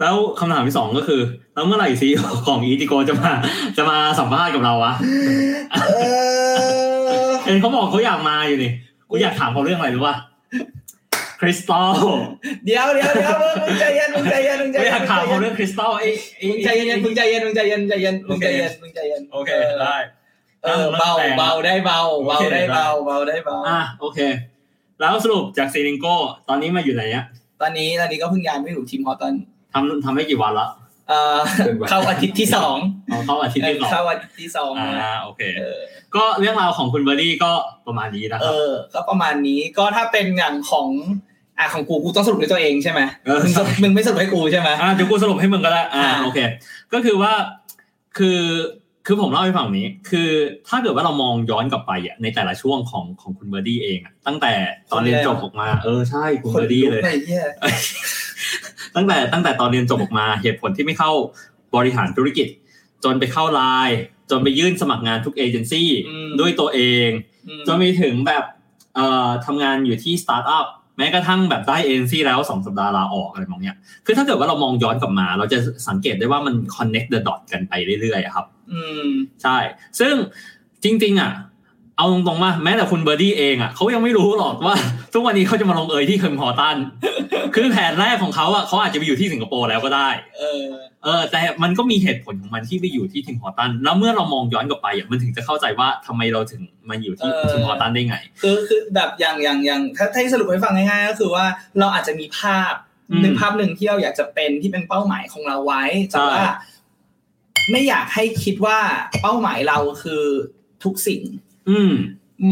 แล้วคำถามที่สองก็คือ แล้วเมื่อไหร่ซีของอีติโกจะมาจะมาสัมภาษณ์กับเราวะ เออ เอ็นเขาบอกเขาอยากมาอยู่นี่กูอยากถามเขาเรื่องอะไรรู้ป่ะคริสตัล เดี๋ยวเดี๋ยวเดี๋ยวมึงใจเย็นมึงใจเย็นมึงใจ กูอเย็นยากถามเขาเรื่องคริสตัลไอ้ไอ้ มึงใจเย็นมึงใจเย็นมึงใจเย็นมึงใจเย็นมึงใจเย็นมึงใจเย็น โอเคได้ เออเบาเบาได้เบาเบาได้เบาเบาได้เบา อ่ะโอเค แล้วสรุปจากซีลิงโก้ตอนนี้มาอยู่ไหนอะ ตอนนี้ตอนนี้ก็เพิ่งย้ายไม่อยู่ทีมฮอตตัน ทำทำได้กี่วันละ เอ่อเข้าอาทิตย์ที่สอง เอาเข้าอาทิตย์ที่สอง เข้าอาทิตย์ที่สอง อ่าโอเค เออ ก็เรื่องราวของคุณเบอร์รี่ก็ประมาณนี้นะค เอ รับ อ ก็ประมาณนี้ ก็ถ้าเป็นอย่างของ อ่ะของกู กูต้องสรุปด้วยตัวเองใช่ไหม เออ มึงสรุปมึงไม่สรุปให้กูใช่ไหม อ่ะเดี๋ยวกูสรุปให้มึงก็ได้อ่า อ่า โอเค ก็คือว่าคือคือผมเล่าให้ฟังแบบนี้ คือถ้าเกิดว่าเรามองย้อนกลับไปอะในแต่ละช่วงของของคุณเบอร์รี่เองอะตั้งแต่ตอนเรียนจบออกมาเออใช่คุณเบอร์รี่เลย ไอ้เหี้ย ตั้งแต่ตั้งแต่ตอนเรียนจบออกมาเหตุผลที่ไม่เข้าบริหารธุรกิจ จนไปเข้าไลน์จนไปยื่นสมัครงานทุกเอเจนซี่ด้วยตัวเอง อืม จนไปถึงแบบเอ่อทำงานอยู่ที่สตาร์ทอัพแม้กระทั่งแบบได้เอเจนซี่แล้วสองสัปดาห์ลาออกอะไรมองเนี้ยคือถ้าเกิดว่าเรามองย้อนกลับมา เราจะสังเกตได้ว่ามัน connect the dot กันไปเรื่อยๆอะครับ อืม ใช่ ซึ่งจริง ๆ อ่ะ เอาตรงๆมาแม้แต่คุณเบอร์ดี้เองอ่ะเขายังไม่รู้หรอกว่า ทุกวันนี้เขาจะมาลงเอยที่เคิร์มฮอร์ตัน คือแผนแรกของเขาอ่ะเขาอาจจะไปอยู่ที่สิงคโปร์แล้วก็ได้ เออ เออ แต่มันก็มีเหตุผลของมันที่ไปอยู่ที่ทิมฮอร์ตัน แล้วเมื่อเรามองย้อนกลับไปอ่ะมันถึงจะเข้าใจว่าทำไมเราถึงมาอยู่ที่ เออ ทิมฮอร์ตันได้ไง คือคือแบบอย่างอย่างอย่างถ้าถ้าให้สรุปให้ฟังง่ายๆก็คือว่าเราอาจจะมีภาพ อืม หนึ่งภาพหนึ่งที่เราอยากจะเป็นที่เป็นเป้าหมายของเราไว้แต่ว่า ใช่ ไม่อยากให้คิดว่าเป้าหมายเราคือทุกสิ่ง อืม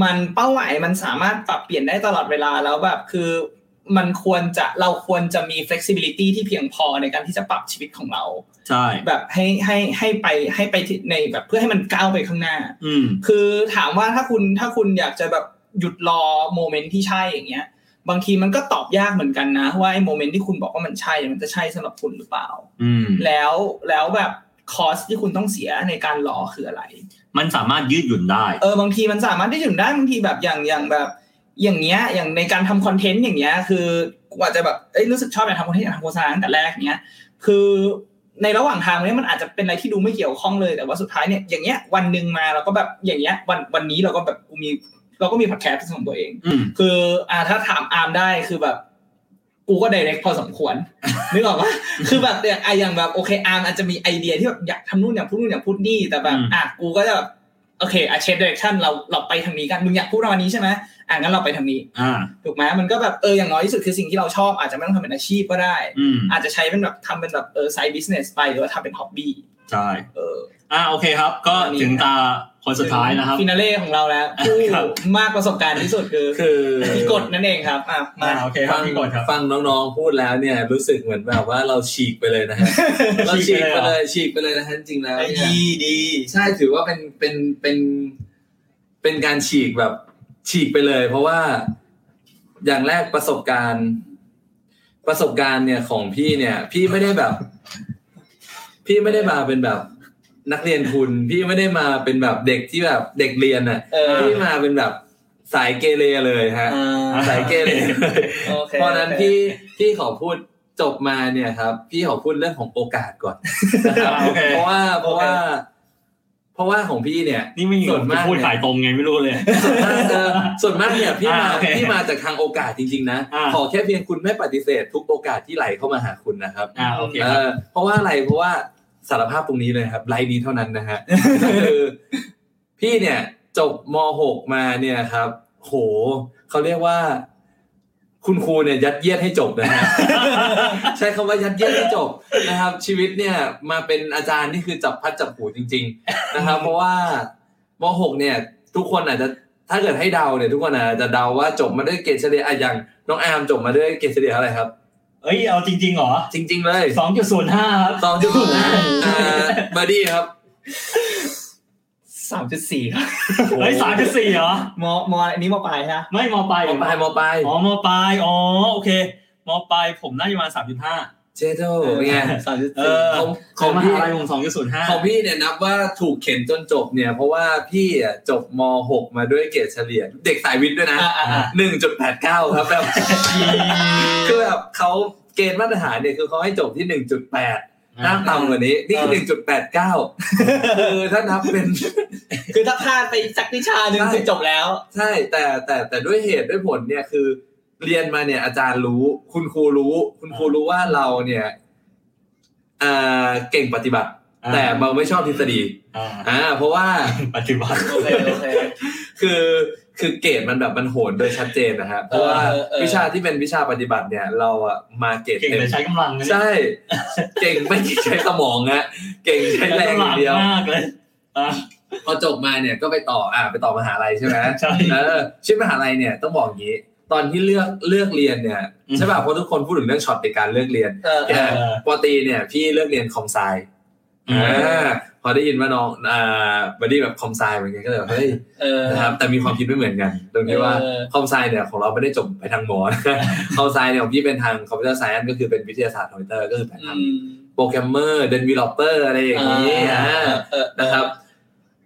มันเป้าหมายมันสามารถปรับเปลี่ยนได้ตลอดเวลาแล้วแบบคือมันควรจะเราควรจะมี flexibility ที่เพียงพอในการที่จะปรับชีวิตของเรา ใช่ แบบให้ให้ให้ไปให้ไปที่ในแบบเพื่อให้มันก้าวไปข้างหน้า อืม คือถามว่าถ้าคุณถ้าคุณอยากจะแบบหยุดรอโมเมนต์ที่ใช่อย่างเงี้ย บางทีมันก็ตอบยากเหมือนกันนะ ว่าไอ้โมเมนต์ที่คุณบอกว่ามันใช่เนี่ยมันจะใช่สำหรับคุณหรือเปล่า อืม แล้วแล้วแบบคอสที่คุณต้องเสียในการรอคืออะไร มันสามารถยืดหยุ่นได้ เออบางทีมันสามารถได้ถึงได้บางทีแบบอย่างอย่างแบบ อย่างเงี้ยอย่างในการทำคอนเทนต์อย่างเงี้ยคือกว่าจะแบบเอ้ยรู้สึกชอบอยากทำคอนเทนต์อยากทำโฆษณาตั้งแต่แรกเงี้ยคือในระหว่างทางเนี้ยมันอาจจะเป็นอะไรที่ดูไม่เกี่ยวข้องเลยแต่ว่าสุดท้ายเนี่ยอย่างเงี้ยวันหนึ่งมาเราก็แบบอย่างเงี้ยวันวันนี้เราก็แบบกูมีเราก็มีพอดแคสต์ของตัวเอง อืม คืออ่าถ้าถามอาร์มได้คือแบบ กูก็ direct พอสมควร นึกออกปะคือแบบอย่างอ่ะอย่างแบบโอเคอาร์มอาจจะมีไอเดียที่แบบอยากทำนู่นอยากพูดนู่นอยากพูดนี่แต่แบบ อืม อ่ะกูก็จะแบบโอเคอาเชฟ direction เราเราไปทางนี้กันมึงอยากพูดประมาณนี้ใช่ไหมอ่ะงั้นเราไปทางนี้ อ่า ถูกไหมมันก็แบบเอออย่างน้อยที่สุดคือสิ่งที่เราชอบอาจจะไม่ต้องทำเป็นอาชีพก็ได้ อืม อาจจะใช้เป็นแบบทำเป็นแบบเออ side business ไปหรือว่าทำเป็น hobby ใช่ เออ อ่า โอเคครับ ก็ อันนี้ ถึงตาคนสุดท้ายนะครับ ฟินาเล่ของเราแล้วผู้ ครับ มากประสบการณ์ที่สุดคือ คือ พี่กดนั่นเองครับอ่ะมา อ่าโอเคครับ ฟัง พี่กดครับ ฟังน้องๆพูดแล้วเนี่ยรู้สึกเหมือนแบบว่าเราฉีกไปเลยนะฮะ เราฉีกไปเลยฉีกไปเลยนะฮะจริงๆแล้วเนี่ย ดีดี ใช่ถือว่าเป็นเป็นเป็นเป็นการฉีกแบบฉีกไปเลย เพราะว่าอย่างแรกประสบการณ์ ประสบการณ์เนี่ยของพี่เนี่ย พี่ไม่ได้แบบ พี่ไม่ได้มาเป็นแบบนักเรียนทุนพี่ไม่ได้มาเป็นแบบเด็กที่แบบเด็กเรียนอ่ะ เออ พี่มาเป็นแบบสายเกเรเลยฮะ อ่า สายเกเร โอเค เพราะฉะนั้นพี่พี่ขอพูดจบมาเนี่ยครับ พี่ขอพูดเรื่องของโอกาสก่อนนะครับ อ่าโอเค เพราะว่าเพราะว่า เพราะว่าของพี่เนี่ย นี่ไม่มี ส่วนมาก พูดขายตรงไงไม่รู้เลย ส่วนมากเออส่วนมากเนี่ยพี่มา อ่าโอเค พี่มาจากทางโอกาสจริง ๆ นะ อ่า ขอแค่เพียงคุณไม่ปฏิเสธ ทุกโอกาสที่ไหลเข้ามาหาคุณนะครับ อ่า โอเค เอ ครับ อเพราะว่าอะไรเพราะว่าสารภาพตรงนี้เลยครับไลน์นี้เท่านั้นนะฮะ ก็คือพี่เนี่ยจบม .6 มาเนี่ยครับ โหเขาเรียกว่า คุณครูเนี่ยยัดเยียดให้จบนะฮ ะ ใช้คำว่ายัดเยียดให้จบนะครับ ชีวิตเนี่ยมาเป็นอาจารย์นี่คือจับพัดจับผูจริง ๆ นะครับ เพราะว่ามหกเนี่ย ทุกคนอาจจะถ้าเกิดให้เดาเนี่ย ทุกคนอาจจะเดาว่าจบมาด้วยเกรดเฉลี่ยอะอย่างน้องอาร์มจบมาด้วยเกรดเฉลี่ยอะไรครับ เอ้ย เอาจริงๆเหรอ จริง ๆ เลย สองจุดศูนย์ห้าครับ สองจุดศูนย์ห้าอ่าเบอร์ดี้ครับ สามจุดสี่ครับ เฮ้ยสามจุดสี่เหรอ มอมออันนี้มอปลายฮะ ไม่มอปลายเห ม ร อ อ ปลายมอปลาย อ๋อมอปลายอ๋อ โอเค มอปลายผมน่าจะประมาณสามจุดห้า เจโดเป็นไง สามจุด เอ สี่ อ ของ ข ข อ อง ง มหา พี่ ลัยผมสองจุดศูนย์ห้า ของพี่เนี่ยนับว่าถูกเข็นจนจบเนี่ย เพราะว่าพี่อ่ะจบม .6 มาด้วยเกรดเฉลี่ย เด็กสายวิทย์ด้วยนะ อ่าอ่า หนึ่งจุดแปดเก้าครับแบบ คือแบบเขา เกณฑ์มาตรฐานเนี่ยคือเขาให้จบที่หนึ่งจุดแปดน้ามต่ำกว่านี้ นี่คือหนึ่งจุดแปดเก้า คือถ้านับเป็น คือถ้าพลาดไปสักวิชาหนึ่ง ใช่ คือจบแล้ว ใช่แต่แต่แต่ด้วยเหตุด้วยผลเนี่ยคือ เรียนมาเนี่ยอาจารย์รู้ คุณครูรู้ คุณครูรู้ว่าเราเนี่ยอ่าเก่งปฏิบัติ แต่เราไม่ชอบทฤษฎี อ่า อ่าเพราะว่า ปัจจุบัน โอเคโอเค คือคือเกรดมันแบบมันโหนโดยชัดเจนนะฮะเพราะว่า เออเออ วิชาที่เป็นวิชาปฏิบัติเนี่ย เราอะมาเกรด เก่ง เต็ม แต่ใช้กำลังนะเนี่ย ใช่ เก่งไม่ใช้สมองฮะเก่งใช้แรงอย่างเดียว ใช้กำลังมากเลยอ่า พอจบมาเนี่ยก็ไปต่ออ่าไปต่อมหาลัยใช่ไหม ใช่ เออชีวิตมหาลัยเนี่ยต้องบอกอย่างนี้ ตอนที่เลือกเลือกเรียนเนี่ย อืม ใช่ป่ะเพราะทุกคนพูดถึงเรื่องช็อตในการเลือกเรียน เออเอ เอ อ อปอตรีเนี่ยพี่เลือกเรียนคอมไซ อ่าพอได้ยินว่าน้องอ่าบัดดี้แบบคอมไซเหมือนกันก็เลยแบบเฮ้ย เออ นะครับแต่มีความคิดไม่เหมือนกัน ตรงที่ว่า เออ คอมไซเนี่ยของเราไม่ได้จบไปทางหมอนะ คอมไซเนี่ยของพี่เป็นทางคอมพิวเตอร์ไซน์ก็คือเป็นวิทยาศาสตร์คอมพิวเตอร์ก็คือแผน อื ทาง ม โปรแกรมเมอร์เดนวีลอปเปอร์อะไรอย่างนี้อ่า เออเออ นะครับ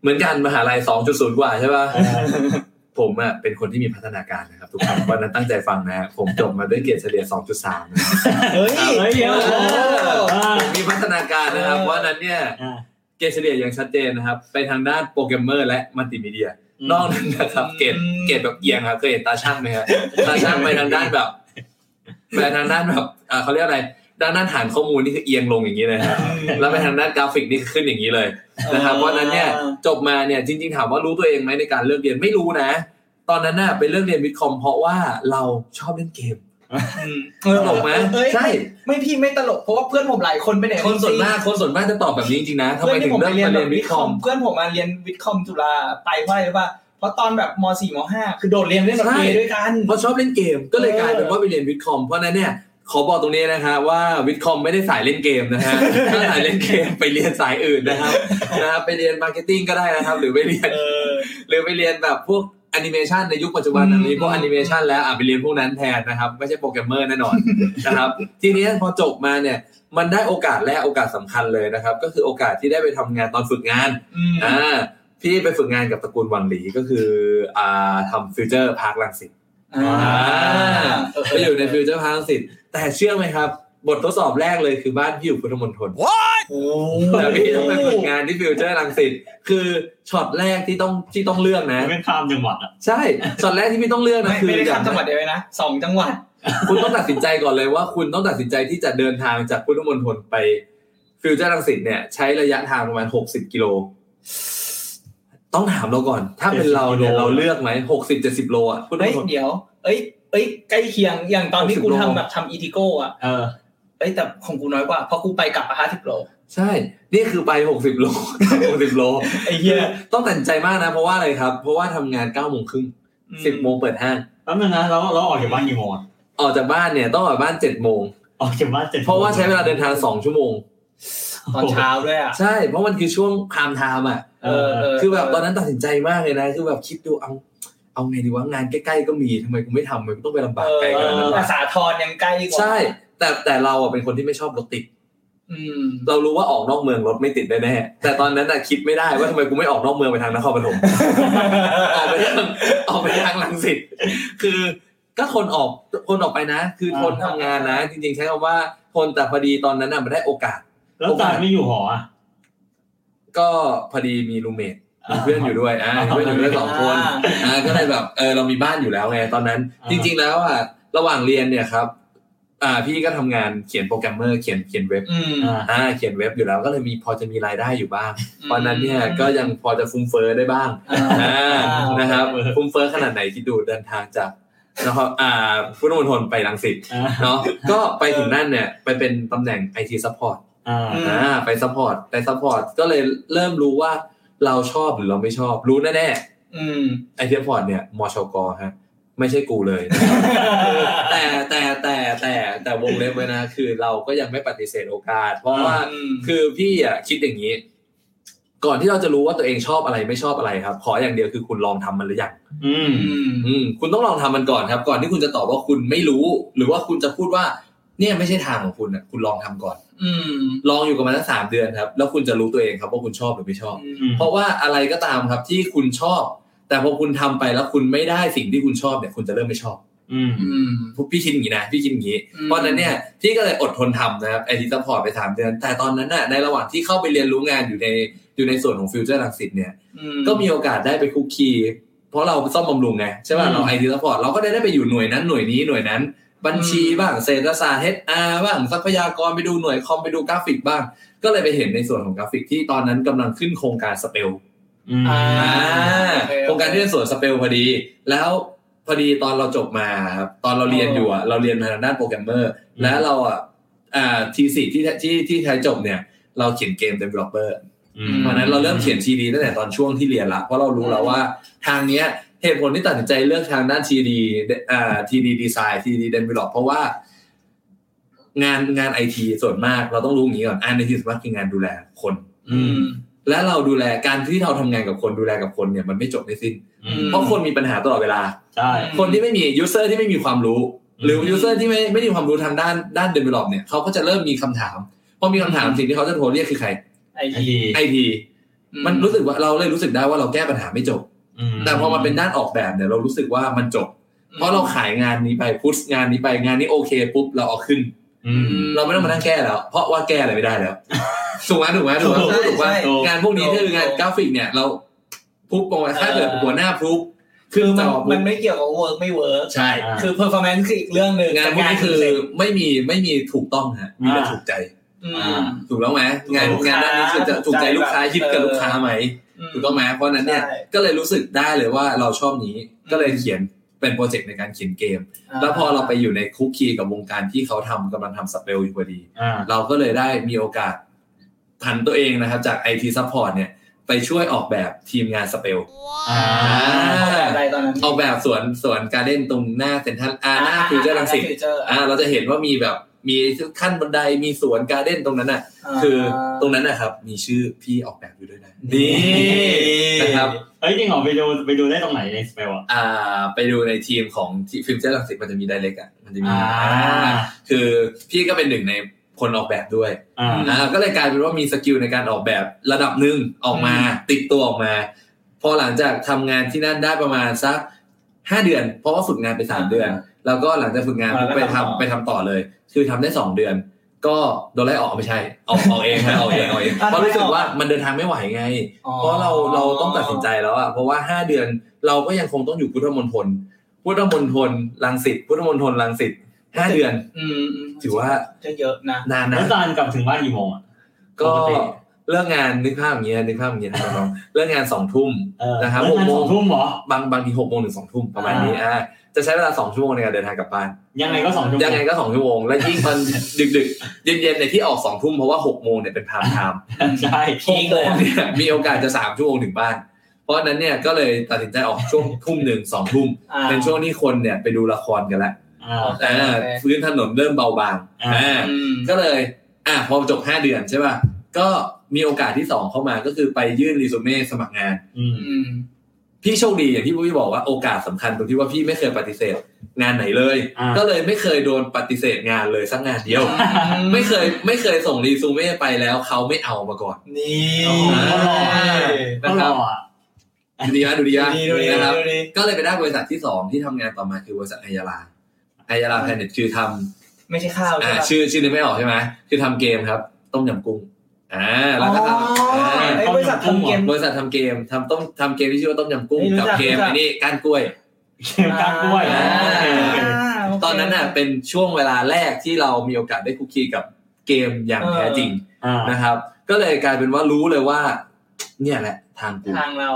เหมือนกันมหาลัย 2.0 กว่าใช่ป่ะ ผมอ่ะเป็นคนที่มีพัฒนาการนะครับ ทุกคนวันนั้นตั้งใจฟังนะฮะผมจบมาด้วยเกรดเฉลี่ย 2.3นะครับ เฮ้ย เฮ้ย เอ โอ้โห อ อ่า ผมมีพัฒนาการนะครับ เออ ว่าะนั้นเนี่ย อ่า เกรดเฉลี่ยอย่างชัดเจนนะครับ ไปทางด้านโปรแกรมเมอร์และมัลติมีเดีย นอกนั้นนะครับเกรด อืม เกรดแบบเอียงครับเคยเห็นตาช่างไหมครับตาช่างไปทางด้านแบบไปทางด้านแบบอ่าเขาเรียกอะไร ด้านด้านฐานข้อมูลนี่คือเอียงลงอย่างนี้เลยครับแล้วไปทางด้านกราฟิกนี่ขึ้นอย่างนี้เลยนะครับเพราะฉะนั้นเนี่ยจบมาเนี่ยจริง ๆ ถามว่ารู้ตัวเองไหมในการเลือกเรียนไม่รู้นะ ตอนนั้นน่ะไปเลือกเรียนวิทย์คอมเพราะว่าเราชอบเล่นเกม อืม ตลกไหม เอ้ย ใช่ ไม่พี่ไม่ตลกเพราะว่าเพื่อนผมหลายคนเป็นอย่าง คนส่วนมากคนส่วนมากจะตอบแบบนี้จริงๆนะทำไม เพื่อน ถึ ที่ ง ผม เลื ไป อก เรียน มา แบ เรีย บ น วิ วิ ท ท ย์ ย์ ค ค อ อ ม ม เพื่อนผมมาเรียนวิทย์คอมจุฬาไปเพราะอะไรรู้ป่ะเพราะตอนแบบม .4 ม .5 คือโดดเรียนเล่นดนตรี ใช่ ด้วยกัน เพราะชอบเล่นเกมก็เลยกลายเป็นว่าไปเรียนวิทย์คอมเพราะฉะนั้นเนี่ยขอบอกตรงนี้นะฮะว่าวิทย์คอมไม่ได้สายเล่นเกมนะฮะ ถ้าสายเล่นเกมไปเรียนสายอื่นนะครับนะครับไปเรียนมาร์เก็ตติ้งก็ได้นะครับ หรือไปเรียน เออ หรือไปเรียนแบบพวกแอนิเมชันในยุคปัจจุบัน อืม มีพวกแอนิเมชันแล้วอ่ะไปเรียนพวกนั้นแทนนะครับ ไม่ใช่โปรแกรมเมอร์แน่นอน นะครับ ทีนี้พอจบมาเนี่ยมันได้โอกาสแรกโอกาสสำคัญเลยนะครับ ก็คือโอกาสที่ได้ไปทำงานตอนฝึกงาน อืม อ่าพี่ไปฝึกงานกับตระกูลวังหลีก็คืออ่าทำฟิวเจอร์พาร์คลังสิต อ่าเ ก็อยู่ในฟิวเจอร์พาร์คสิทธิ์แต่เชื่อไหมครับ บททดสอบแรกเลยคือบ้านพี่อยู่พุทธมณฑล โอ้ แต่พี่ต้องไปฝึกงานที่ฟิวเจอร์รังสิตคือช็อตแรกที่ต้องที่ต้องเลือกนะ เป็นข้ามจังหวัดอ่ะ ใช่ช็อตแรกที่พี่ต้องเลือก ไม่ นะคือ ไม่ได้ อย่า ข้ามจังหวัดเดียวเลยนะสองจังหวัด คุณต้องตัดสินใจก่อนเลยว่าคุณต้องตัดสินใจที่จะเดินทางจากพุทธมณฑลไปฟิวเจอร์รังสิตเนี่ย ใช้ระยะทางประมาณหกสิบกิโล ต้องถามเราก่อน ถ้าเป็นเราเนี่ย 70 เราเลือกไหมหกสิบเจ็ดสิบโลอ่ะพุทธม เฮ้ย ณฑล เดี๋ยว เอ้ย เอ้ยใกล้เคียงอย่างตอนที่ 60 กูทำ โล แบบทำอีทิโกอ่ะ เออ เอ้ยแต่ของกูน้อยกว่าเพราะกูไปกลับห้าสิบโล ใช่ นี่คือไปหกสิบโลหกสิบโล ไอ้เหี้ย ต้องตัดสินใจมากนะ เพราะว่าอะไรครับ เพราะว่าทำงาน9ก้าโมงครึ่งสิบโมงเปิดห้าง แป๊บนึงนะเราเราออกจากบ้านกี่โมงอะ ออกจากบ้านเนี่ยต้องออกจากบ้าน7จ็ดโมง ออกจากบ้านเจ็ดโมง เพราะว่าใช้เวลาเดินทาง 2 ชั่วโมง ตอนเช้าด้วยอ่ะ ใช่ เพราะมันคือช่วงพามไทม์อ่ะ เออเออ คือแบบตอนนั้นตัดสินใจมากเลยนะ คือแบบคิดดูเอา เอาไงดีวะงานใกล้ๆก็มีทำไมกูไม่ทำทำไมกูต้องไปลำบากไกลขนาดนั้ภาวนะ ษาทรยังใกล้กว่า ใช่ แต่แต่เราอ่ะเป็นคนที่ไม่ชอบรถติด อืม เรารู้ว่าออกนอกเมืองรถไม่ติดแน่ๆแต่ตอนนั้นอ่ะคิดไม่ได้ว่าทำไมกูไม่ออกนอกเมืองไปทางนครปฐม ออกไปทางออกไปทางลังสิตคือก็คนออกคนออกไปนะ คือคนทำงานนะ จริงๆใช้คำว่าคนแต่พอดีตอนนั้นน่ะมันได้โอกาส แล้วตาไม่อยู่หออ่ะ ก็พอดีมีรูเมทมีเพื่อนอยู่ด้วยอ่ามีเพื่อนอยู่ด้วยสองคนอ่าก็เลยแบบเออเรามีบ้านอยู่แล้วไงตอนนั้น อ่า จริง ๆ แล้วอ่ะระหว่างเรียนเนี่ยครับ อ่าพี่ก็ทำงานเขียนโปรแกรมเมอร์เขียนเขียนเว็บ อืม อ่า อ่าเขียนเว็บอยู่แล้วก็เลยมีพอจะมีรายได้อยู่บ้างตอนนั้นเนี่ยก็ยังพอจะฟุ้งเฟ้อได้บ้าง อ่า อ่านะครับฟุ้มเฟ้อขนาดไหนคิดดูเดินทางจากนะครับอ่าพุทธมณฑลไปรังสิต อ่า เนาะ ก็ไปถึงนั่นเนี่ย ไปเป็นตำแหน่ง IT Support อ่า อืม อ่าไป Support ไป Support ก็เลยเริ่มรู้ว่าเราชอบหรือเราไม่ชอบ รู้แน่ อืม ๆ IT Support เนี่ยมชกฮะไม่ใช่กูเลย แต่แต่แต่แต่แต่วงเล็บไว้นะ คือเราก็ยังไม่ปฏิเสธโอกาส เพราะว่า อืม คือพี่อ่ะคิดอย่างนี้ ก่อนที่เราจะรู้ว่าตัวเองชอบอะไรไม่ชอบอะไรครับ ขออย่างเดียวคือคุณลองทำมันหรือยัง อืม อืม อืมคุณต้องลองทำมันก่อนครับ ก่อนที่คุณจะตอบว่าคุณไม่รู้ หรือว่าคุณจะพูดว่า เนี่ยไม่ใช่ทางของคุณอ่ะคุณลองทำก่อน อืม ลองอยู่กับมันสักสามเดือนครับ แล้วคุณจะรู้ตัวเองครับว่าคุณชอบหรือไม่ชอบ เพราะว่าอะไรก็ตามครับที่คุณชอบ แต่พอคุณทำไปแล้วคุณไม่ได้สิ่งที่คุณชอบเนี่ย คุณจะเริ่มไม่ชอบ อืม อืม พี่คิดอย่างนี้นะพี่คิดอย่างนี้ อืม เพราะฉะนั้นเนี่ยพี่ก็เลยอดทนทำนะครับไอทีซัพพอร์ตไปสามเดือน แต่ตอนนั้นน่ะในระหว่างที่เข้าไปเรียนรู้งานอยู่ในอยู่ในส่วนของฟิวเจอร์ลังสิตเนี่ย อื ก็มีโอกาสได้ไปคุกคีเพราะเราซ่อมบำรุงไงใช่ป่ะ อืม เราไอทีซัพพอร์ตเราก็ได้ได้ไปอยู่หน่วยนั้นหน่วยนี้หน่วยนั้น บัญชีบ้างเศรษฐศาสตร์เออาบ้างทรัพยากรไปดูหน่วยคอมไปดูกราฟิกบ้าง ก็เลยไปเห็นในส่วนของกราฟิกที่ตอนนั้นกำลังขึ้นโครงการสเปล อืม อ่า อ่า โอเค โครงการที่เป็นสวนสเปลพอดี แล้วพอดีตอนเราจบมาครับตอนเราเรียนอยู่อะเราเรียนมาทางด้านโปรแกรมเมอร์ อืม และเราอ่ะทีสี่ที่ที่ที่ไทยจบเนี่ย เราเขียนเกมเดเวลลอปเปอร์ อื เพราะ ม ฉะนั้นเราเริ่มเขียนทีดีตั้งแต่ตอนช่วงที่เรียนละเพราะเรารู้แล้วว่าทางเนี้ยเหตุผลที่ตัดสินใจเลือกทางด้านทีดีอ่าทีดีดีไซน์ทีดีเดเวลลอปเพราะว่า งานงานไอทีส่วนมากเราต้องรู้อย่างนี้ก่อนอันในที่สุดมากคืองานดูแลคน อืม และเราดูแลการที่เราทำงานกับคนดูแลกับคนเนี่ยมันไม่จบไม่สิ้น อืม เพราะคนมีปัญหาตลอดเวลา ใช่ คนที่ไม่มียูเซอร์ที่ไม่มีความรู้ หรือยูเซอร์ที่ไม่ไม่ได้มีความรู้ทางด้านด้านเดเวลลอปเนี่ยเขาก็จะเริ่มมีคำถามพอมีคำถามสิ่งที่เขาจะโทรเรียกคือใคร ไอ ไอ ที ที ไอทีมันรู้สึกว่าเราเลยรู้สึกได้ว่าเราแก้ปัญหาไม่จบ ม แต่พอมันเป็นด้านออกแบบเนี่ยเรารู้สึกว่ามันจบ เพราะเราขายงานนี้ไปพุชงานนี้ไปงานนี้โอเคปุ๊บเราเอาขึ้น อืม เราไม่ต้องมานั่งแก้แล้ว เพราะว่าแก้อะไรไม่ได้ แล้วถูกไหมถูกไหมถูกไหม ถูก ถูกไหม ใช่ ถู งานพวกนี้คืองานกราฟิกเนี่ย เราพุบลงไปถ้าเกิดหัวหน้าพุบ คือมัน จอพุ มั บ นไม่เกี่ยวกับเวิร์กไม่เวิร์ก ใช่ อ่า คือ performance คืออีกเรื่องหนึ่ง งานพวกนี้คือไม่มีไม่มีถูกต้องฮะมีแต่ อ่า ถูกใจ ม อ่า ถูกแล้วไหมงาน ถูก งานด้านนี้คือจะถูกใจ ถูกใจ ลูกค้า แบบ คิดกับ เออ ลูกค้าไหม อืม ถูกต้องไหมเพราะฉะนั้นเนี่ย ใช่ ก็เลยรู้สึกได้เลยว่าเราชอบนี้ก็เลยเขียนเป็นโปรเจกต์ในการเขียนเกม แล้วพอเราไปอยู่ในคุกคีกับวงการที่เขาทำกำลังทำสเปลอยู่พอดี อ่า เราก็เลยได้มีโอกาสผันตัวเองนะครับ จาก IT Support เนี่ย ไปช่วยออกแบบทีมงานสเปล อ่า ออกแบบอะไรตอนนั้น ออกแบบสวนสวนการเล่นตรงหน้าเซ็นทรัลอาหน้าฟิวเจอร์ลังสิต ฟิวเจอร์ อ่าเราจะเห็นว่ามีแบบมีขั้นบันไดมีสวนการเล่นตรงนั้นน่ะ า คือตรงนั้นนะครับ มีชื่อพี่ออกแบบอยู่ด้วยนะ นี่ นี่นะครับ เอ้ยจริงเหรอไปดูไปดูได้ตรงไหนในสเปลอ่ะ อ่าไปดูในทีมของฟิวเจอร์ลังสิตมันจะมีไดเรกอ่ะมันจะมี อ่า อ่าคือพี่ก็เป็นหนึ่งในคนออกแบบด้วย อ่า อ่าก็เลยกลายเป็นว่ามีสกิลในการออกแบบระดับหนึ่งออกมาติดตัวออกมา พอหลังจากทำงานที่นั่นได้ประมาณสักห้าเดือน เพราะว่าฝึกงานไปสามเดือน แล้วก็หลังจากฝึกงาน อ่าแล้วก็ ไปทำ ทำต่อ ไปทำต่อเลย คือทำได้สองเดือน ก็โดนไล่ออกไม่ใช่ออกออกเอง นะออกเองออกเองเพราะรู้สึกว่ามันเดินทางไม่ไหวไง เพราะเราเราต้องตัดสินใจแล้วอ่ะเพราะว่าห้าเดือนเราก็ยังคงต้องอยู่พุทธมณฑลพุทธมณฑลลังสิตพุทธมณฑลลังสิตห้าเดือน อืมม ถือว่า จะเยอะนะ นาน แล้ นะ วจานกลับถึงบ้านกี่โมงอ่ะ ก็ ปกติ เลิกงานนึกภาพอย่างเงี้ยนึกภาพอย่างเงี้ยนะครับน้องเลิกงานสองทุ่ม เออ นะครับ เลิกงานสหกโมง องทุ่มเหรอ บางบางทีหกโมงถึงสองทุ่มประมาณนี้อ่าจะใช้เวลาสองชั่วโมงในการเดินทางกลับบ้าน ยังไงก็สองชั่วโมง ยังไงก็สองชั่วโมง และยิ่งตอน ดึกดึกๆเย็นๆในยที่ออกสองทุ่มเพราะว่าหกโมงเนี่ยเป็นพามไทม์ ใช่ พีคเลย เนี่ยมีโอกาสจะสามชั่วโมงถึงบ้าน เพราะฉะนั้นเนี่ยก็เลยตัดสินใจออกช่วง ทุ่มหนึ่งสองทุ่ม อ่า เป็นช่วงที่คนเนี่ยไปดูละครกันแล้ว อ่า อ่า โอเค พื้นถนนเริ่มเบาบาง อ่า อ่า อืม ก็เลย อ่ะพอจบห้าเดือนใช่ป่ะ ก็มีโอกาสที่สองเข้ามาก็คือไปยื่นรีสูเม่สมัครงาน อืม อืม พี่โชคดีอย่างที่พี่บอกว่าโอกาสสำคัญตรงที่ว่าพี่ไม่เคยปฏิเสธงานไหนเลย อ่า ก็เลยไม่เคยโดนปฏิเสธงานเลยสักงานเดียว ไม่เคยไม่เคยส่งรีสูเม่ไปแล้วเขาไม่เอามาก่อน นี่ โอ้โหหล่อมาก นะ ต้อง ค ร รับ ออ่ะ ดูดีนะดูดีนะ ดีดูดี นะครับ ดูดี ก็เลยไปได้บริษัทที่สองที่ทำงานต่อมาคือบริษัทไอยาลาไอยาลาแพนเน็ตคือทำ ไม่ใช่ข้าว อ่า ใช่ปะ ชื่อชื่อนึกไม่ออกใช่ไหมคือทำเกมครับ ต้มยำกุ้งอ่าแล้วก็ทำ อ๋อ อ่า ไอ้บริษัททำเกม บริษัททำเกมทำต้มทำเกมที่ชื่อว่าต้มยำกุ้ง นี่รู้ กับ จัก เกรู้มจัก ไอ้นี่ก้านกล้วย เกมกลางกล้วย อ่า โอเคโอเค โเค ตอนนั้นน่ะเป็นช่วงเวลาแรกที่เรามีโอกาสได้คุกคีกับเกมอย่างแท้จริง อ่า นะครับ ก็เลยกลายเป็นว่ารู้เลยว่า เนี่ยแหละทางกู ทางเรา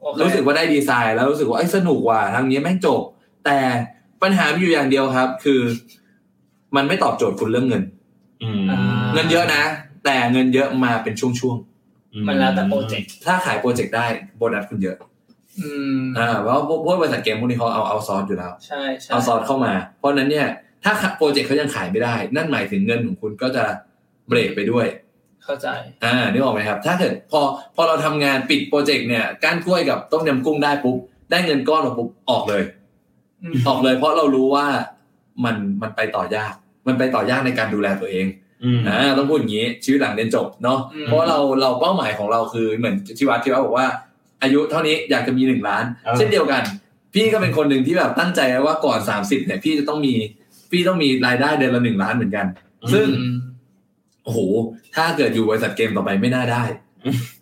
โอเค รู้สึกว่าได้ดีไซน์แล้วรู้สึกว่าไอ้ยสนุกว่ะทางนี้แม่งจบ แต่ปัญหามีอยู่อย่างเดียวครับ คือ มันไม่ตอบโจทย์คุณเรื่องเงิน อืม อ่า เงินเยอะนะ แต่เงินเยอะมาเป็นช่วง มันแล้วแต่โปรเจกต์ ๆ ถ้าขายโปรเจกต์ได้โบนัสคุณเยอะ อืม อ่า เพราะพวกพวกบริษัทเกมพวกนี้เขาเอาเอาซอสอยู่แล้ว ใช่ใช่ เอาซอสเข้ามา เพราะฉะนั้นเนี่ย ถ้าโปรเจกต์เขายังขายไม่ได้ นั่นหมายถึงเงินของคุณก็จะเบรกไปด้วย เข้าใจ อ่า นี่ออกไหมครับ ถ้าเกิดพอพอเราทำงานปิดโปรเจกต์เนี่ยก้านกล้วยกับต้มยำกุ้งได้ปุ๊บ ได้เงินก้อนมาปุ๊บออกเลย อืม ออกเลย เพราะเรารู้ว่ามันมันไปต่อยาก มันไปต่อยากในการดูแลตัวเอง อืม อ่าต้องพูดอย่างนี้ชีวิตหลังเรียนจบเนาะ อืม เพราะเราเราเป้าหมายของเราคือเหมือนที่วัดที่วัดบอกว่า อายุเท่านี้อยากจะมีหนึ่งล้าน เช่นเดียวกัน พี่ก็เป็นคนหนึ่งที่แบบตั้งใจไว้ว่าก่อนสามสิบเนี่ย พี่จะต้องมีพี่ต้องมีรายได้เดือนละหนึ่งล้านเหมือนกัน ซึ่ง โอ้โห ถ้าเกิดอยู่บริษัทเกมต่อไปไม่น่าได้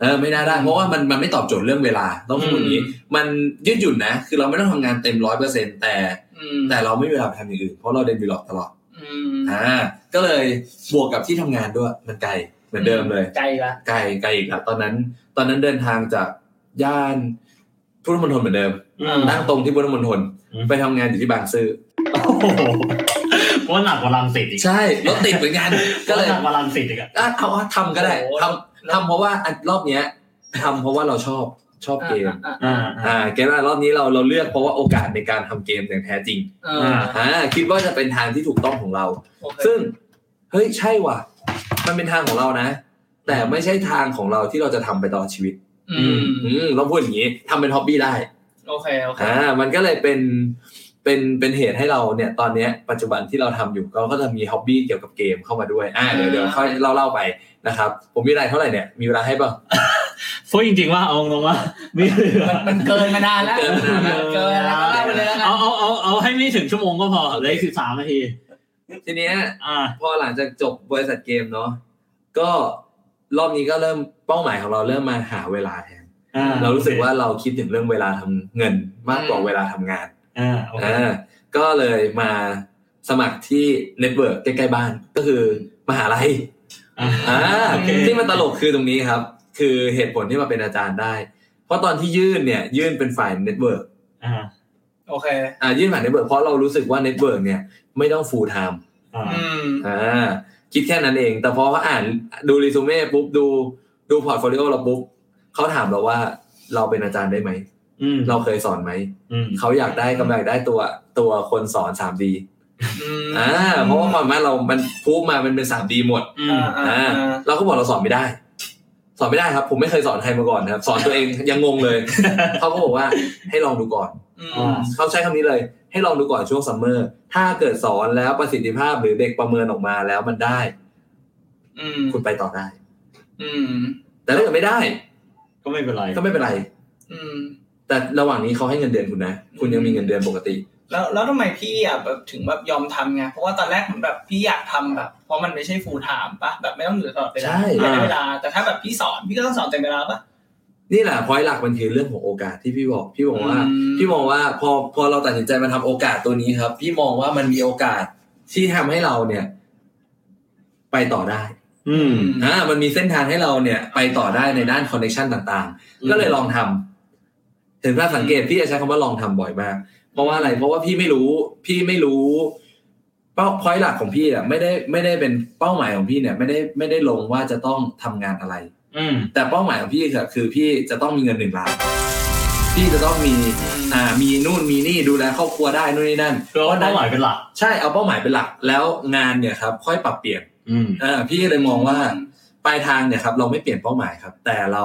เออ ไม่น่าได้ เพราะว่ามันมันไม่ตอบโจทย์เรื่องเวลา ต้องพูดอย่างนี้ มันยืดหยุ่นนะ คือเราไม่ต้องทำงานเต็มร้อยเปอร์เซ็นแต่ อืม แต่เราไม่มีเวลาไปทำอย่างอื่น เพราะเราเดินบิลอกตลอด อืม อ่า ก็เลยบวกกับที่ทำงานด้วย มันไกลเหมือนเดิมเลย ไกลละ ไกลไกลอีกแล้วตอนนั้น ตอนนั้นเดินทางจากย่านพุทธมณฑลเหมือนเดิม อืม นั่งตรงที่พุทธมณฑล อืม ไปทำงานอยู่ที่บางซื่อ โอ้โห เพราะว่าหนักกว่ารังสิตอีก ใช่ รถติดเหมือนกัน ก็เลย หนักกว่ารังสิตอีกอะ อ่ะเอาว่าทำก็ได้ทำทำเพราะว่าอันรอบเนี้ยทำเพราะว่าเราชอบชอบเกม อ่า อ่า อ่าเกมว่ารอบนี้เราเราเลือกเพราะว่าโอกาสในการทำเกมอย่างแท้จริง เอออ่า อ่าคิดว่าจะเป็นทางที่ถูกต้องของเรา โอเค ซึ่งเฮ้ยใช่ว่ะ มันเป็นทางของเรานะ แต่ไม่ใช่ทางของเราที่เราจะทำไปตลอดชีวิต อืม อืมเราพูดอย่างนี้ทำเป็นฮ็อบบี้ได้ โอเคโอเค อ่ามันก็เลยเป็นเป็นเป็นเหตุให้เราเนี่ยตอนเนี้ยปัจจุบันที่เราทำอยู่เราก็จะมีฮ็อบบี้เกี่ยวกับเกมเข้ามาด้วยอ่าเดี๋ยวเดี๋ยวค่อยเล่าเล่าไปนะครับ ผมมีเวลาเท่าไหร่เนี่ยมีเวลาให้ป่ะ พูดจริงๆว่าเอาตรงๆว่าไม่เหลือ มันมันเกินมานานแล้ว เกินมานานแล้ว เกินแล้วก็เล่าไปเลยแล้วกัน เอาเอาเอาเอาให้ไม่ถึงชั่วโมงก็พอเหลยสิบสามนาที ทีเนี้ย อ่า พอหลังจากจบบริษัทเกมเนาะก็รอบนี้ก็เริ่มเป้าหมายของเราเริ่มมาหาเวลาแทน อ่า เรารู้สึกว่าเราคิดถึงเรื่องเวลาทำเงินมากกว่าเวลาทำงาน อ่าโอเค อ่าก็เลยมาสมัครที่เน็ตเวิร์กใกล้ๆบ้านก็คือมหาลัย อ่า อ่า โอเค ที่มันตลกคือตรงนี้ครับ คือเหตุผลที่มาเป็นอาจารย์ได้ เพราะตอนที่ยื่นเนี่ยยื่นเป็นฝ่ายเน็ตเวิร์ก อ่า โอเค อ่ายื่นฝ่ายเน็ตเวิร์กเพราะเรารู้สึกว่าเน็ตเวิร์กเนี่ยไม่ต้องฟูลไทม อ่า อืม อ่าคิดแค่นั้นเอง แต่พอเขาอ่านดูรีซูเม่ปุ๊บดูดูพอร์ตโฟลิโอเราปุ๊บเขาถามเราว่าเราเป็นอาจารย์ได้ไหม อืม เราเคยสอนไหม อืม เขาอยากได้กำลังได้ตัวตัวคนสอน 3D อืม อ่าเพราะว่าความสามารถเรามันพูดมามันเป็น 3D หมด อื อ่าม อ่า อ่า อ่า เราก็บอกเราสอนไม่ได้ สอนไม่ได้ครับ ผมไม่เคยสอนใครมาก่อนนะครับ สอนตัวเองยังงงเลย เขาก็บอกว่าให้ลองดูก่อน อืม เขาใช้คำนี้เลย ให้ลองดูก่อนช่วงซัมเมอร์ถ้าเกิดสอนแล้วประสิทธิภาพหรือเด็กประเมินออกมาแล้วมันได้ อืม คุณไปต่อได้ อืม แต่ถ้าเกิดไม่ได้ ก็ไม่เป็นไร ก็ไม่เป็นไร อืม แต่ระหว่างนี้เขาให้เงินเดือนคุณนะ คุณยังมีเงินเดือนปกติ แล้วแล้วทำไมพี่อ่ะแบบถึงแบบยอมทำไงเพราะว่าตอนแรกเหมือนแบบพี่อยากทำแบบ เพราะมันไม่ใช่ฟูลไทม์ปะแบบไม่ต้องอยู่ตลอดเวลา ใช่ ไม่ได้เวลา แต่ถ้าแบบพี่สอนพี่ก็ต้องสอนเต็มเวลาปะ นี่แหละพอยหลักมันคือเรื่องของโอกาสที่พี่บอก พี่บอกว่า อืม พี่มองว่าพอพอเราตัดสินใจมาทำโอกาสตัวนี้ครับ พี่มองว่ามันมีโอกาสที่ทำให้เราเนี่ย ไปต่อได้ อืม อ่ามันมีเส้นทางให้เราเนี่ย ไปต่อได้ในด้านคอนเนคชันต่าง อืม ๆ ก็เลยลองทำถึงถ้าสังเกตพี่จะใช้คำว่าลองทำบ่อยมาก เพราะว่าอะไร เพราะว่าพี่ไม่รู้ พี่ไม่รู้เป้าพอยหลักของพี่อะไม่ได้ไม่ได้เป็นเป้าหมายของพี่เนี่ย ไม่ได้ไม่ได้ลงว่าจะต้องทำงานอะไร อืม แต่เป้าหมายของพี่อะคือพี่จะต้องมีเงินหนึ่งล้านพี่จะต้องมีอ่ามีนู่นมีนี่ดูแลครอบครัวได้นู่นนี่นั่น เราว่าเป้าหมายเป็นหลัก ใช่เอาเป้าหมายเป็นหลัก แล้วงานเนี่ยครับ ค่อยปรับเปลี่ยน อืม เออพี่เลยมองว่าปลายทางเนี่ยครับ เราไม่เปลี่ยนเป้าหมายครับ แต่เรา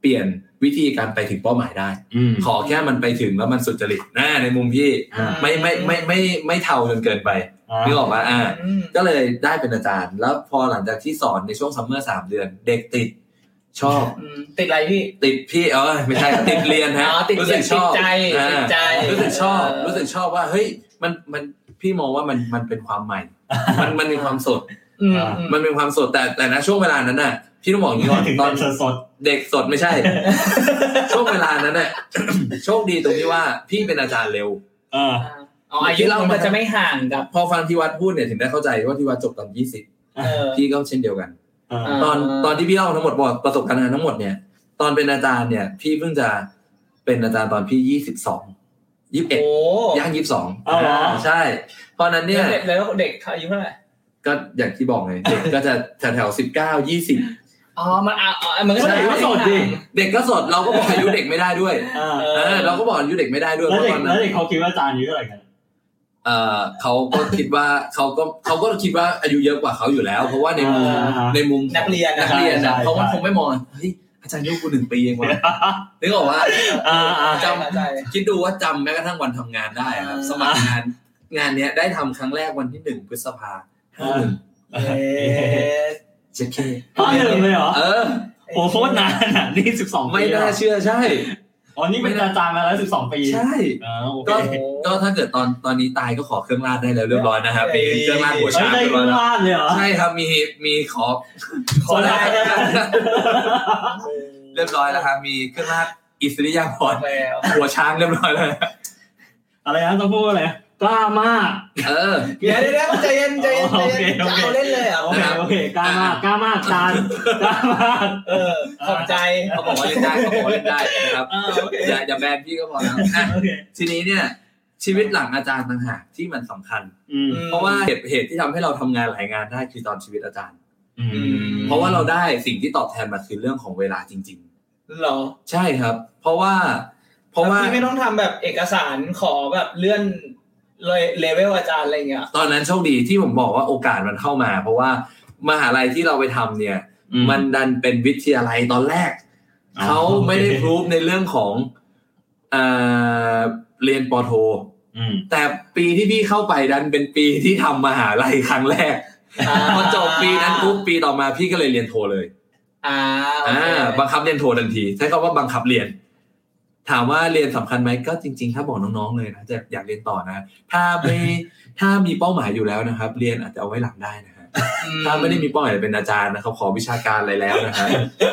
เปลี่ยนวิธีการไปถึงเป้าหมายได้ อืม ขอแค่มันไปถึงแล้วมันสุจริตนะในมุมพี่ อ่า ไม่ไม่ไม่ไม่ไม่ไม่เท่าจนเกินไปนึกออกปะอ่า อืม ก็เลยได้เป็นอาจารย์ แล้วพอหลังจากที่สอนในช่วงซัมเมอร์สามเดือน เด็กติด ชอบ อืมติดอะไรพี่ ติดพี่เออ ไม่ใช่ ติดเรียนฮะ อ๋อติด รู้ เรี สึ ยน กช ติด อบ ใจ อ่า ติดใจ รู้สึกชอบ เ รู้สึกชอบว่าเฮ้ยมันมันพี่มองว่ามันมันเป็นความใหม่ มันมันเป็นความสด อื ม อ่า อืม มันเป็นความสดแต่แต่นะช่วงเวลานั้นน่ะพี่ต้องบอกอย่างนี้ ก่อน ถึง ต ต อ อน นสด เด็กสดไม่ใช่ ช่วงเวลานั้นน่ะ โชคดีตรงที่ว่าพี่เป็นอาจารย์เร็ว เออ อ๋ออายุเรามันจะไม่ห่างกับ พอฟังที่วัดพูดเนี่ยถึงได้เข้าใจว่าที่วัดจบตอนยี่สิบ เออ พี่ก็เช่นเดียวกัน เออ ตอน อ่า ตอนที่พี่เล่าทั้งหมดบอกประสบการณ์ทั้งหมดเนี่ย ตอนเป็นอาจารย์เนี่ย พี่เพิ่งจะเป็นอาจารย์ตอนพี่ยี่สิบสองยี่สิบเอ็ด โอ้ ย่างยี่สิบสอง อ๋อเหรอ ใช่ เพราะฉะนั้นเนี่ย แล้วเด็กแล้วเด็กเขาอายุเท่าไหร่ ก็อย่างที่บอกไงเด็กก็จะแถวแถวสิบเก้ายี่สิบ อ๋อมันอ่ะอ๋อมันก็ ใช่ ไม่ สดดิ เด็กก็สดเราก็บอกอายุเด็กไม่ได้ด้วย เออ เออเราก็บอกอายุเด็กไม่ได้ด้วยเพ แล้ว ราะ เด็กตอน แล้ นั้ วน เด็กเขาคิดว่าอาจานอายุเท่าไหร่กัน เออเขาก็คิดว่าเขาก็เขาก็คิดว่าอายุเยอะกว่าเขาอยู่แล้ว เพราะว่าในมุม อ่า ในมุม นักเรียน นั นะ ก ครับ เรียนนะ ใช่ใช่ เขามันคงไม่มองเฮ้ยอาจารย์ยุคกูหนึ่งปีเองวะนึกออกว่า อ่าอ่า จำใจ คิดดูว่าจำแม้กระทั่งวันทำงานได้ครับ อ่า สมัครงานงานเนี้ยได้ทำครั้งแรกวันที่หนึ่งพฤษภา อ่า เอ๊ะ เจ็ดเค ภาคหนึ่งเลยเหรอ เออ โอ้โหโคตรนานอ่ะนี่สิบสอง ไม่น่าเชื่อใช่ อ๋อนี่เป็นอาจารย์มาแล้วสิบสองปี ใช่ อ่าโอเค ก็ เ ก็ถ้าเกิดตอนตอนนี้ตายก็ขอเครื่องราดได้แล้วเรียบร้อยนะครับ เอ้ มี ย เครื่องราดหัว ฮ้ ช้าย ง ได้ เรียบร้ ขึ้นอยแล้ว บ้านเลยเหรอ ใช่ครับมีมีขอ ขอได้ เรียบร้อยแล้วครับมีเครื่องราดอิสริยาภรณ์ แล้ว หัวช้างเรียบร้อยแล้วนะ อะไรนะต้องพูดว่าอะไรกล้ามาก เออ เดี๋ยวเดี๋ยวเดี๋ยวใจเย็นใจเย็นใจเย็น โอ จะ เคโอเค เอาเล่นเลยเหรอ่ะ โอเคโอเคกล้ามากกล้ามากจ านกล้ามาก เออขอบใจ เขาบอกว่าเล่นได้เขาบอกว่าเล่นได้นะครับ อ่าโอเค อย่าอย่าแบนพี่ก็พอแล้วอ่ะ โอเค ทีนี้เนี่ย ชีวิตหลังอาจารย์ต่างหากที่มันสำคัญ อืม เพราะว่าเหตุเหตุที่ทำให้เราทำงานหลายงานได้คือตอนชีวิตอาจารย์ อืม เพราะว่าเราได้สิ่งที่ตอบแทนมาคือเรื่องของเวลาจริง เหรอ ๆ ใช่ครับ เพราะว่า เพราะว่า พี่ไม่ต้องทำแบบเอกสารขอแบบเลื่อนเลยเลเวลอาจารย์อะไรอย่างเงี้ย ตอนนั้นโชคดีที่ผมบอกว่าโอกาสมันเข้ามา เพราะว่ามหาลัยที่เราไปทำเนี่ย มันดันเป็นวิทยาลัยตอนแรก เขาไม่ได้พรูฟในเรื่องของเอ่อเรียนปอโท อืม แต่ปีที่พี่เข้าไปดันเป็นปีที่ทำมหาลัยครั้งแรก พอจบปีนั้นปุ๊บปีต่อมาพี่ก็เลยเรียนโทเลย อ่าโอ อ่า เค บังคับเรียนโททันที ใช้คำว่าบังคับเรียน ถามว่าเรียนสำคัญไหมก็จริง ๆ ถ้าบอกน้องๆเลยนะจะอยากเรียนต่อนะ ถ้าไม่ ถ้ามีเป้าหมายอยู่แล้วนะครับ เรียนอาจจะเอาไว้หลังได้นะฮะ ถ้าไม่ได้มีเป้าหมายเป็นอาจารย์นะครับขอวิชาการอะไรแล้วนะ ฮะ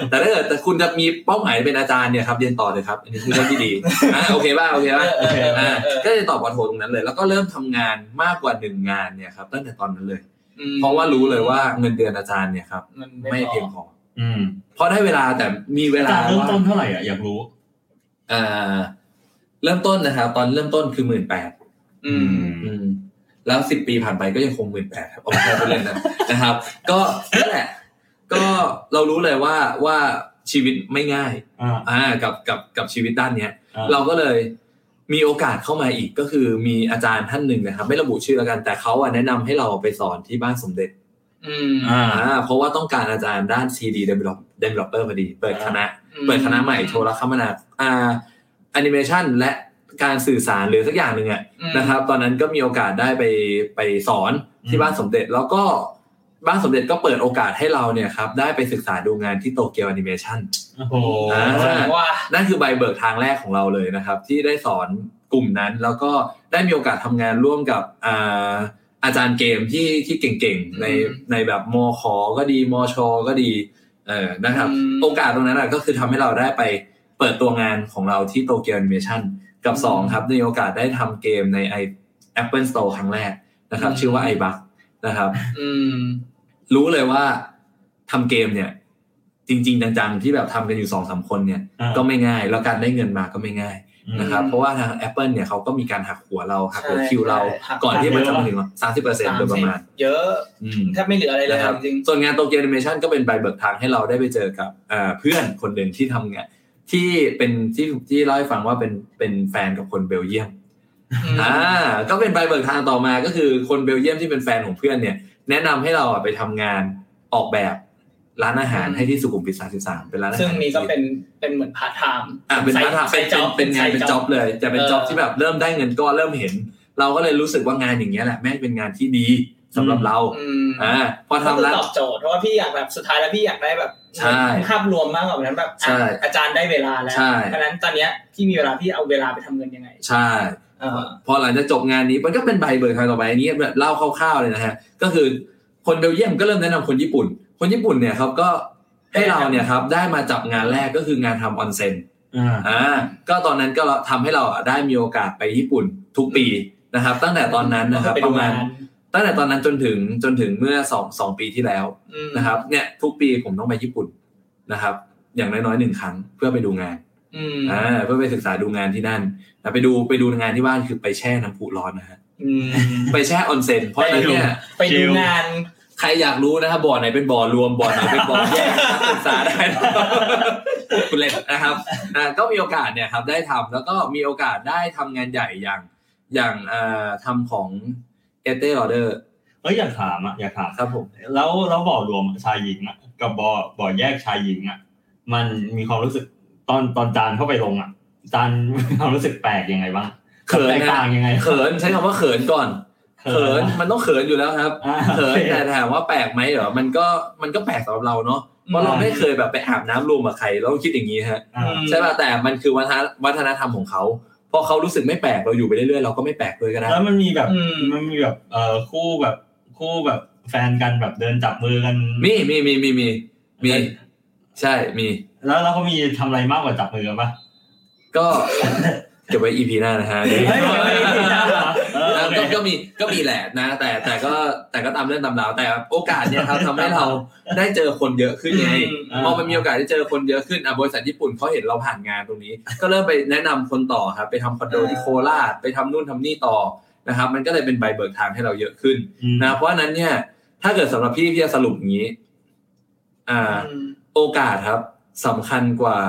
แต่ถ้าเกิดแต่คุณจะมีเป้าหมายเป็นอาจารย์เนี่ยครับเรียนต่อเลยครับอันนี้คือเรื่อง ที่ดีอ่าโอเคป่ะโอเคป่ะ เออเออเอ อ่า อเออ ก็เลยตอบปอโทตรงนั้นเลย แล้วก็เริ่มทำงานมากกว่าหนึ่งงานเนี่ยครับตั้งแต่ตอนนั้นเลย อืม เพราะว่ารู้เลยว่าเงินเดือนอาจารย์เนี่ยครับ มัน ไม่เพียงพอ อืม เพราะได้เวลาแต่มีเวลา จานเริ่ม ว่า ต้นเท่าไหร่อ่ะอยากรู้ อ่าเริ่มต้นนะครับตอนเริ่มต้นคือหมื่นแปด อืม อืมแล้วสิบปีผ่านไปก็ยังคงหมื่นแปดครับเอาไปแค่เล่นนะ นะครับ ก็นั่นแหละก็เรารู้เลยว่าว่าชีวิตไม่ง่าย อ่า อ่ากับกับกับชีวิตด้านเนี้ย อ่า เราก็เลยมีโอกาสเข้ามาอีกก็คือมีอาจารย์ท่านหนึ่งนะครับ ไม่ระบุชื่อแล้วกันแต่เขาอะแนะนำให้เราไปสอนที่บ้านสมเด็จ อืม อ่า อ่าเพราะว่าต้องการอาจารย์ด้าน CD develop developer พอดี เปิดคณะ เปิดคณะใหม่โทรคมนาคมอ่าแอนิเมชันและการสื่อสารหรือสักอย่างหนึ่งอะ อืม นะครับตอนนั้นก็มีโอกาสได้ไปไปสอน อื ที่ ม บ้านสมเด็จแล้วก็บ้านสมเด็จก็เปิดโอกาสให้เราเนี่ยครับได้ไปศึกษาดูงานที่โตเกียวแอนิเมชัน โอ้โห อ่า ว่า นั่นคือใบเบิกทางแรกของเราเลยนะครับ ที่ได้สอนกลุ่มนั้น แล้วก็ได้มีโอกาสทำงานร่วมกับอ่าอาจารย์เกมที่ที่เก่งๆใน อืม ในแบบมขก็ดีมชก็ดีเออนะครับ อืม โอกาสตรงนั้นอะก็คือทำให้เราได้ไปเปิดตัวงานของเราที่โตเกียวแอนิเมชันกับสองครับมีโอกาสได้ทำเกมในไอ Apple Store ครั้งแรกนะครับ ชื่อว่าไอบักนะครับ อืม รู้เลยว่าทำเกมเนี่ย จริง ๆ จังๆที่แบบทำกันอยู่สองสามคนเนี่ย อ่า ก็ไม่ง่าย แล้วการได้เงินมาก็ไม่ง่ายนะครับ เพราะว่าทาง Apple เนี่ยเขาก็มีการหักหัวเราหักหัว ใช่ คิวเรา ใช่หัก ก่อนที่มันจะมาถึงสามสิบเปอร์เซ็นต์โดยประมาณ เยอะ อืม แทบไม่เหลืออะไรเล นะ ย ครับ จริง ส่วนงานโตเกียวแอนิเมชันก็เป็นใบเบิกทางให้เราได้ไปเจอกับเอ่อเพื่อนคนหนึ่งที่ทำงานที่เป็นที่ที่เล่าให้ฟังว่าเป็นเป็นแฟนกับคนเบลเยียม ๆ อ่าก็เป็นใบเบิกทางต่อมาก็คือคนเบลเยียมที่เป็นแฟนของเพื่อนเนี่ย แนะนำให้เราอ่ะไปทำงานออกแบบร้านอาหารให้ที่สุขุมวิท33เป็นร้านอาหาร ซึ่งนี้ก็เป็นเป็นเหมือนพาร์ทไทม์ อ่ะเป็นร้านอาหารเป็นเป็นเป็นงานเป็นจ็อบเลยแต่เป็นจ็อบที่แบบเริ่มได้เงินก้อนเริ่มเห็น เราก็เลยรู้สึกว่างานอย่างเงี้ยแหละแม่งเป็นงานที่ดีสำหรับเรา อืม อ่าพอทำ แล้ ร้า วน ตอบโจทย์เพราะว่าพี่อยากแบบสุดท้ายแล้วพี่อยากได้แบบ ใช่ ภาพรวมมากกว่านั้นแบบ ใช่ อ่ะอาจารย์ได้เวลาแล้ว ใช่ เพราะฉะนั้นตอนเนี้ยพี่มีเวลาพี่เอาเวลาไปทำเงินยังไง ใช่ เออ พอหลังจากจบงานนี้มันก็เป็นใบเบิกทางต่อไปอันนี้แบบเล่าคร่าวๆเลยนะฮะก็คือคนเบลเยียมก็เริ่มแนะนำคนญี่ปุ่น คนญี่ปุ่นเนี่ยครับก็ให้เราเนี่ยครับได้มาจับงานแรกก็คืองานทำออนเซ็น อ่า อ่าก็ตอนนั้นก็ทำให้เราได้มีโอกาสไปญี่ปุ่นทุกปีนะครับ ตั้งแต่ตอนนั้นนะครับประมาณตั้งแต่ตอนนั้นจนถึงจนถึงเมื่อสองสองปีที่แล้วนะครับเนี่ยทุกปีผมต้องไปญี่ปุ่นนะครับ อย่างน้อยๆหนึ่งครั้งเพื่อไปดูงาน อืม อ่าเพื่อไปศึกษาดูงานที่นั่นแต่ไปดูไปดูงานที่บ้านคือไปแช่น้ำพุร้อนนะฮะ อืม ไปแช่ออนเซ็นเพราะฉะนั้นเนี่ย ไปดูงาน ใครอยากรู้นะครับบ่อไหนเป็นบ่อรวมบ่อไหนเป็นบ่อแยกศึกษาได้นะครับคุณเล็กนะครับอ่าก็มีโอกาสเนี่ยครับได้ทำแล้วก็มีโอกาสได้ทำงานใหญ่อย่างอย่างเอ่อทำของเอเตอร์ออเดอร์ เอ้ยอยากถามอ่ะอยากถาม ครับผม แล้วแล้วบ่อรวมชายหญิงอ่ะกับบ่อบ่อแยกชายหญิงอ่ะมันมีความรู้สึกตอนตอนจานเข้าไปลงอ่ะจานมีความรู้สึกแปลกยังไงบ้างแตก นะ ต่างยังไง เขินใช้คำว่าเขินก่อน เขิ เขิน น มันต้องเขินอยู่แล้วครับ อ่า เขิน โอค แต่ถามว่าแปลกไหมเหรอมันก็มันก็แปลกสำหรับเราเนาะเพราะเราไม่เคยแบบไปอาบน้ำรวมกับใครเราก็คิดอย่างนี้ฮะ อ่า ใช่ป่ะแต่มันคือวัฒนวัฒนธรรมของเขาพอเขารู้สึกไม่แปลกเราอยู่ไปเรื่อยๆเราก็ไม่แปลกเลยก็ได้ แล้วมันมีแบบ อืม มันมีแบบเอ่อคู่แบบคู่แบบแฟนกันแบบเดินจับมือกัน มีมีมีมีมีมีใช่มี แล้วแล้วเขามีทำอะไรมากกว่าจับมือกันปะ ก็ เก็บไว้ EP หน้านะฮะ เฮ้ยไม่ได้จับเหรอเออ ก็ โอเค ก็ก็มีก็มีแหละนะ แต่แต่ก็แต่ก็ตามเรื่องตามราวแต่โอกาสเนี่ย ครับทำให้เราได้เจอคนเยอะขึ้นไง อืม พอมันมีโอกาสได้เจอคนเยอะขึ้นอ่ะบริษัทญี่ปุ่นเขาเห็นเราผ่านงานตรงนี้ ก็เริ่มไปแนะนำคนต่อครับไปทำคอนโดที่โคราชไปทำนู่นทำนี่ต่อนะครับ มันก็เลยเป็นใบเบิกทางให้เราเยอะขึ้น อืม นะเพราะฉะนั้นเนี่ย ถ้าเกิดสำหรับพี่พี่จะสรุปอย่างนี้ อ่า โอกาสครับสำคัญกว่า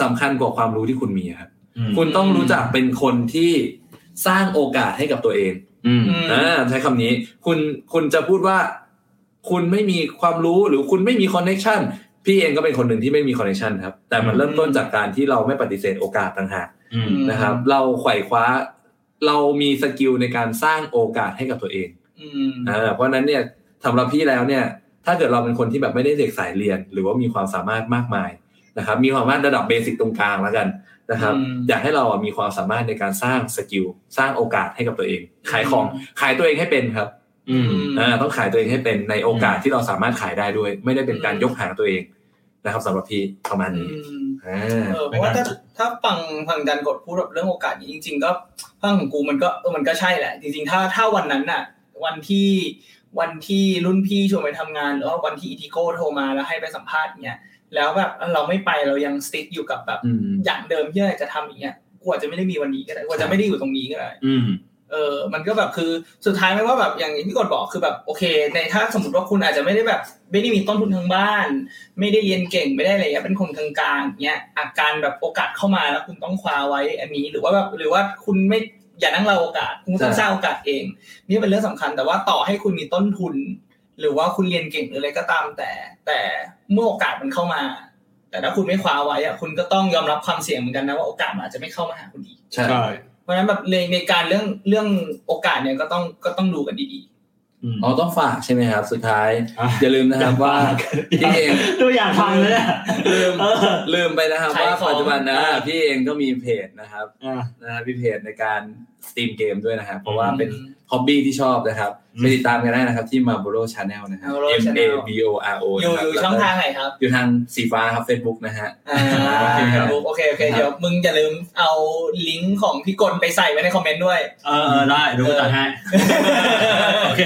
สำคัญกว่าความรู้ที่คุณมีครับ อืม คุณต้องรู้จักเป็นคนที่สร้างโอกาสให้กับตัวเอง อืม อ่าใช้คำนี้ คุณคุณจะพูดว่า คุณไม่มีความรู้หรือคุณไม่มีคอนเน t ชันพี่เองก็เป็นคนหนึ่งที่ไม่มีคอนเน t ชันครับ แต่มัน อืม เริ่มต้นจากการที่เราไม่ปฏิเสธโอกาสต่างหาก อืม นะครับ เราไขว่คว้า เรามีสกิลในการสร้างโอกาสให้กับตัวเอง อืม อ่าเพราะฉะนั้นเนี่ยสำหรับพี่แล้วเนี่ย ถ้าเกิดเราเป็นคนที่แบบไม่ได้เด็กสายเรียน หรือว่ามีความสามารถมากมายนะครับ มีความสามารถระดับเบสิกตรงกลางแล้วกันนะครับ อืม อยากให้เราอ่ะมีความสามารถในการสร้างสกิลสร้างโอกาสให้กับตัวเอง ขายของขายตัวเองให้เป็นครับ อืม อ่าต้องขายตัวเองให้เป็นในโอกาสที่เราสามารถขายได้ด้วย ไม่ได้เป็นการ อืม ยกหางตัวเองนะครับสำหรับพี่ประมาณ อื นี้ ม อ่า เออเพราะว่าถ้าถ้าฟังฟังจันกดพูดแบบเรื่องโอกาสนี้จริง ๆ ก็ฟังของกูมันก็เออมันก็ใช่แหละ จริง ๆ ถ้าถ้าวันนั้นน่ะ วันที่วันที่รุ่นพี่ชวนไปทำงานหรือว่าวันที่อีทิโก้โทรมาแล้วให้ไปสัมภาษณ์เนี่ยแล้วแบบเราไม่ไปเรายังสติ๊กอยู่กับแบบ อืม อย่างเดิมที่อยากจะทำอย่างเงี้ยกูอาจจะไม่ได้มีวันนี้ก็ได้กูอาจจะไม่ได้อยู่ตรงนี้ก็ได้ อืม เออ มันก็แบบคือสุดท้ายไม่ว่าแบบอย่างที่กดบอกคือแบบโอเค ในถ้าสมมติว่าคุณอาจจะไม่ได้แบบไม่ได้มีต้นทุนทางบ้าน ไม่ได้เรียนเก่งไม่ได้อะไรเงี้ยเป็นคนกลางๆเงี้ยอาการแบบโอกาสเข้ามาแล้วคุณต้องคว้าไว้อันนี้หรือว่าแบบหรือว่าคุณไม่อย่านั่งรอโอกาสคุณต้องสร้างโอกาสเอง นี่เป็นเรื่องสำคัญแต่ว่าต่อให้คุณมีต้นทุน หรือว่าคุณเรียนเก่งหรืออะไรก็ตามแต่ แต่เมื่อโอกาสมันเข้ามา แต่ถ้าคุณไม่คว้าไว้อะคุณก็ต้องยอมรับความเสี่ยงเหมือนกันนะว่าโอกาสมันอาจจะไม่เข้ามาหาคุณอีก ใช่ ใช่ เพราะฉะนั้นแบบในในการเรื่องเรื่องโอกาสเนี่ยก็ต้องก็ต้องดูกันดี อืม อ๋อต้องฝากใช่ไหมครับ สุดท้าย อ่ะ อย่าลืมนะครับว่าพี่เอง ดูอยากฟังเลยอะ ลืม เออ ลืมไปนะครับว่าปัจจุบันนะพี่เองก็มีเพจนะครับ อ่ะ นะฮะมีเพจในการสตรีมเกมด้วยนะครับเพราะ ๆ ว่าเป็น ฮ็อบบี้ที่ชอบนะครับ อืม ไปติดตามกันได้นะครับที่ Marlboro Channel นะครับ Marlboro M A Channel B O R O อยู่ นะครับ อยู่ แล้วก็ ช่องทางไหนครับ อยู่ทางสีฟ้าครับ Facebook นะฮะ อ่า โอเคครับ โอเคโอเคเดี๋ยวมึงอย่าลืมเอาลิงก์ของพี่กลไปใส่ไว้ในคอมเมนต์ด้วย เออเออได้เดูจัดให้โอเค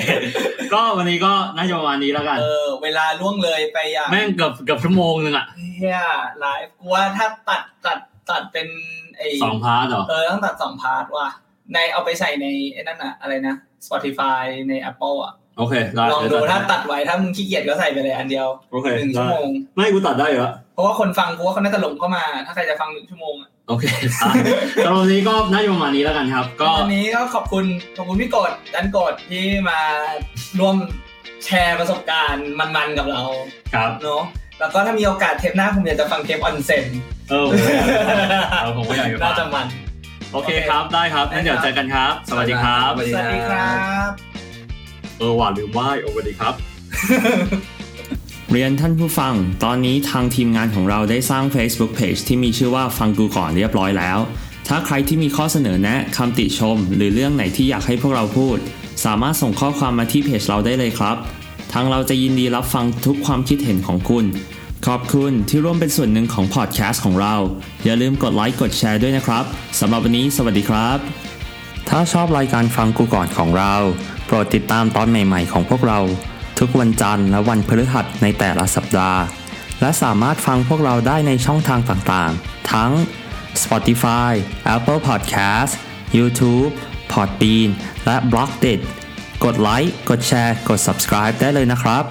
ก็วันนี้ก็น่าจะประมาณนี้แล้วกัน เออเวลาล่วงเลยไปอย่าง แม่งเกือบเกือบชั่วโมงนึงอ่ะ เฮียไลฟ์กูว่าถ้าตัดตัดตัดเป็นไอ สองพาร์ทเหรอ เออต้องตัดสองพาร์ทว่ะในเอาไปใส่ในไอ้นั่นอะอะไรนะ Spotify ใน Apple อ่ะ โอเคได้ ลองดู เยว ถ้า จัให้ ตัดไว้ถ้ามึงขี้เกียจก็ใส่ไปเลยอันเดียว โอเค หนึ่งชั่ ได้ วโมง ไม่กูตัดได้เหรอ เพราะว่าคนฟังกูว่าเขาน่าจะหลงเข้ามา ถ้าใครจะฟังหนึ่งชั่วโมงอะ โอเคอ่ะสำหรับวันนี้ก็น่าจะประมาณนี้แล้วกันครับ ก็ วันนี้ก็ขอบคุณขอบคุณพี่กดดันกดที่มาร่วมแชร์ประสบการณ์มันๆกับเรา ครับ เนาะแล้วก็ถ้ามีโอกาสเทปหน้าผมอยากจะฟังเทปออนเซ็น เออผมเออผมก็อยากอยู่ น่า บ้าน จะมัน โอเคครับได้ครับงั้นเดี๋ยวเจอกันครับ สวัสดีครับ สวัสดี ส ครับ วัสดีครับ เออว่าลืมไหว้โอเวอร์ดีครับ เรียนท่านผู้ฟัง ตอนนี้ทางทีมงานของเราได้สร้าง Facebook Page ที่มีชื่อว่าฟังกูก่อนเรียบร้อยแล้ว ถ้าใครที่มีข้อเสนอแนะคำติชม หรือเรื่องไหนที่อยากให้พวกเราพูด สามารถส่งข้อความมาที่เพจเราได้เลยครับ ทางเราจะยินดีรับฟังทุกความคิดเห็นของคุณ ขอบคุณที่ร่วมเป็นส่วนหนึ่งของพอดแคสต์ของเรา อย่าลืมกดไลค์กดแชร์ด้วยนะครับสำหรับวันนี้สวัสดีครับ ถ้าชอบรายการฟังกูก่อนของเรา โปรดติดตามตอนใหม่ ๆ ของพวกเรา ทุกวันจันทร์และวันพฤหัสในแต่ละสัปดาห์ และสามารถฟังพวกเราได้ในช่องทางต่างๆ ทั้ง Spotify, Apple Podcast, YouTube, Podbean และ b l o c k d i t กดไลค์ กดแชร์ กด subscribe ได้เลยนะครับ